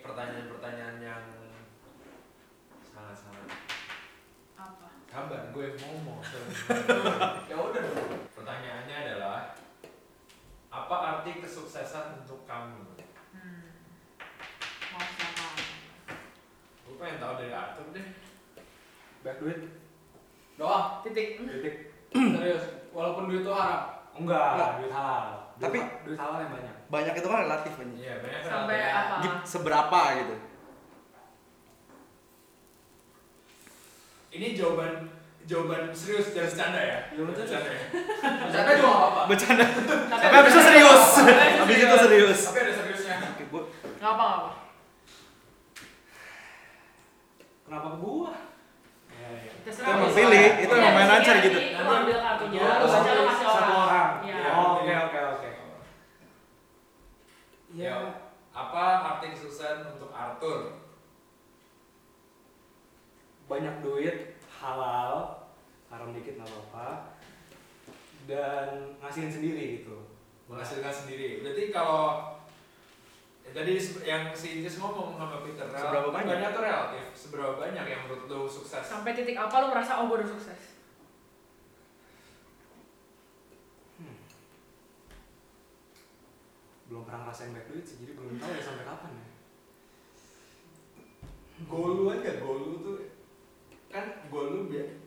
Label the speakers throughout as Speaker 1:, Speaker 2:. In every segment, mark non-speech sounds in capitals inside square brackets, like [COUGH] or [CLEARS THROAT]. Speaker 1: pertanyaan-pertanyaan yang sangat-sangat
Speaker 2: apa
Speaker 3: Sabar, gue yang ngomong.
Speaker 1: ya udah dong. pertanyaannya adalah apa arti kesuksesan untuk kamu
Speaker 2: hmm. mau sama
Speaker 1: gue pengen tahu dari Arthur deh
Speaker 3: Banyak duit,
Speaker 4: doang
Speaker 2: titik
Speaker 3: titik.
Speaker 4: [CLEARS THROAT] serius walaupun duit tuh haram Enggak.
Speaker 3: Enggak, duit halal. Duit
Speaker 5: Tapi-
Speaker 3: ha- duit halal yang banyak.
Speaker 5: Banyak itu kan relatif banyak.
Speaker 1: iya banyak kan
Speaker 2: sampai
Speaker 1: artinya.
Speaker 2: apa
Speaker 4: Ah.
Speaker 5: Gip- Seberapa gitu.
Speaker 1: ini jawaban jawaban serius jangan bercanda ya
Speaker 3: Jawaban serius.
Speaker 1: bercanda ya
Speaker 4: bercanda juga nggak apa-apa
Speaker 5: Bercanda. Tapi habis itu serius. Habis itu serius.
Speaker 1: tapi ada seriusnya
Speaker 5: Oke, gua-
Speaker 2: nggak apa nggak apa
Speaker 3: Kenapa ke gua? Iya,
Speaker 2: terserah
Speaker 5: Itu
Speaker 2: lu.
Speaker 5: emang pilih, itu
Speaker 2: Iya,
Speaker 5: emang main
Speaker 2: sendiri
Speaker 5: lancar gitu.
Speaker 2: nih, lu ambil kartunya
Speaker 4: Ya,
Speaker 2: lu
Speaker 3: Oh,
Speaker 2: baca lu kasih
Speaker 3: satu
Speaker 2: orang
Speaker 3: orang.
Speaker 2: Iya.
Speaker 3: Oh, Oke, oke, oke.
Speaker 1: ya apa arti kesuksesan untuk Arthur
Speaker 3: banyak duit halal haram dikit nggak apa-apa dan ngasihin sendiri gitu
Speaker 1: menghasilkan sendiri berarti kalau ya tadi se- yang si Incis ngomong sama Peter rel-
Speaker 5: Seberapa banyak?
Speaker 1: banyak tuh relatif seberapa banyak yang menurut lo sukses
Speaker 2: sampai titik apa lu merasa oh gue udah sukses
Speaker 3: belum pernah ngerasain banyak duit sih jadi belum tahu ya sampai kapan ya
Speaker 1: goal lu aja goal lu tuh kan goal lu bi-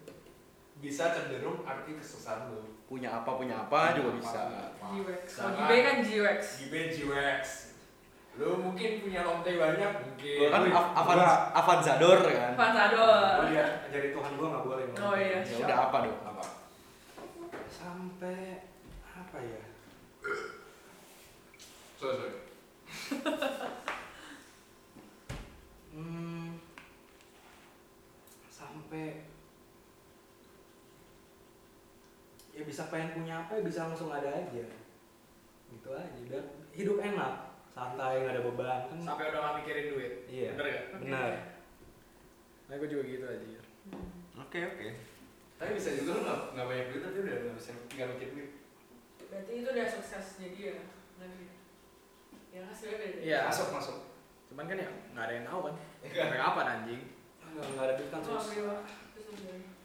Speaker 1: bisa cenderung arti kesuksesan lu
Speaker 5: punya apa punya apa juga bisa.
Speaker 2: GWX kalau
Speaker 1: Sama.
Speaker 2: GB kan GWX
Speaker 1: Gibe GWX lu mungkin punya lonte banyak mungkin
Speaker 5: Gua kan
Speaker 3: Duit.
Speaker 5: Av- Avan
Speaker 3: Enggak.
Speaker 5: Avanzador kan.
Speaker 4: Eh.
Speaker 2: Pantador
Speaker 3: Gua lihat jadi Tuhan gua nggak boleh ngomong.
Speaker 2: Oh, iya.
Speaker 5: Ya udah apa dong?
Speaker 1: apa
Speaker 3: sampai apa ya
Speaker 1: sorry sorry
Speaker 3: hmm, sampai ya bisa pengen punya apa ya bisa langsung ada aja gitu aja dan hidup enak santai nggak ada beban kan
Speaker 4: sampai udah nggak mikirin duit
Speaker 5: Ya.
Speaker 3: iya
Speaker 4: bener gak?
Speaker 2: Oke.
Speaker 3: benar
Speaker 4: Nah, gue juga gitu aja.
Speaker 2: Hmm.
Speaker 5: Oke oke.
Speaker 1: tapi bisa juga lu nggak nggak banyak duit tapi udah nggak bisa nggak mikir duit
Speaker 2: berarti itu udah suksesnya dia lagi ya hasilnya beda
Speaker 4: Iya.
Speaker 1: masuk masuk
Speaker 4: Cuman kan ya nggak ada yang tahu kan. Sampai kapan anjing?
Speaker 3: nggak nggak ada duit kan
Speaker 2: Lu
Speaker 3: sus
Speaker 2: ambil terus ambil.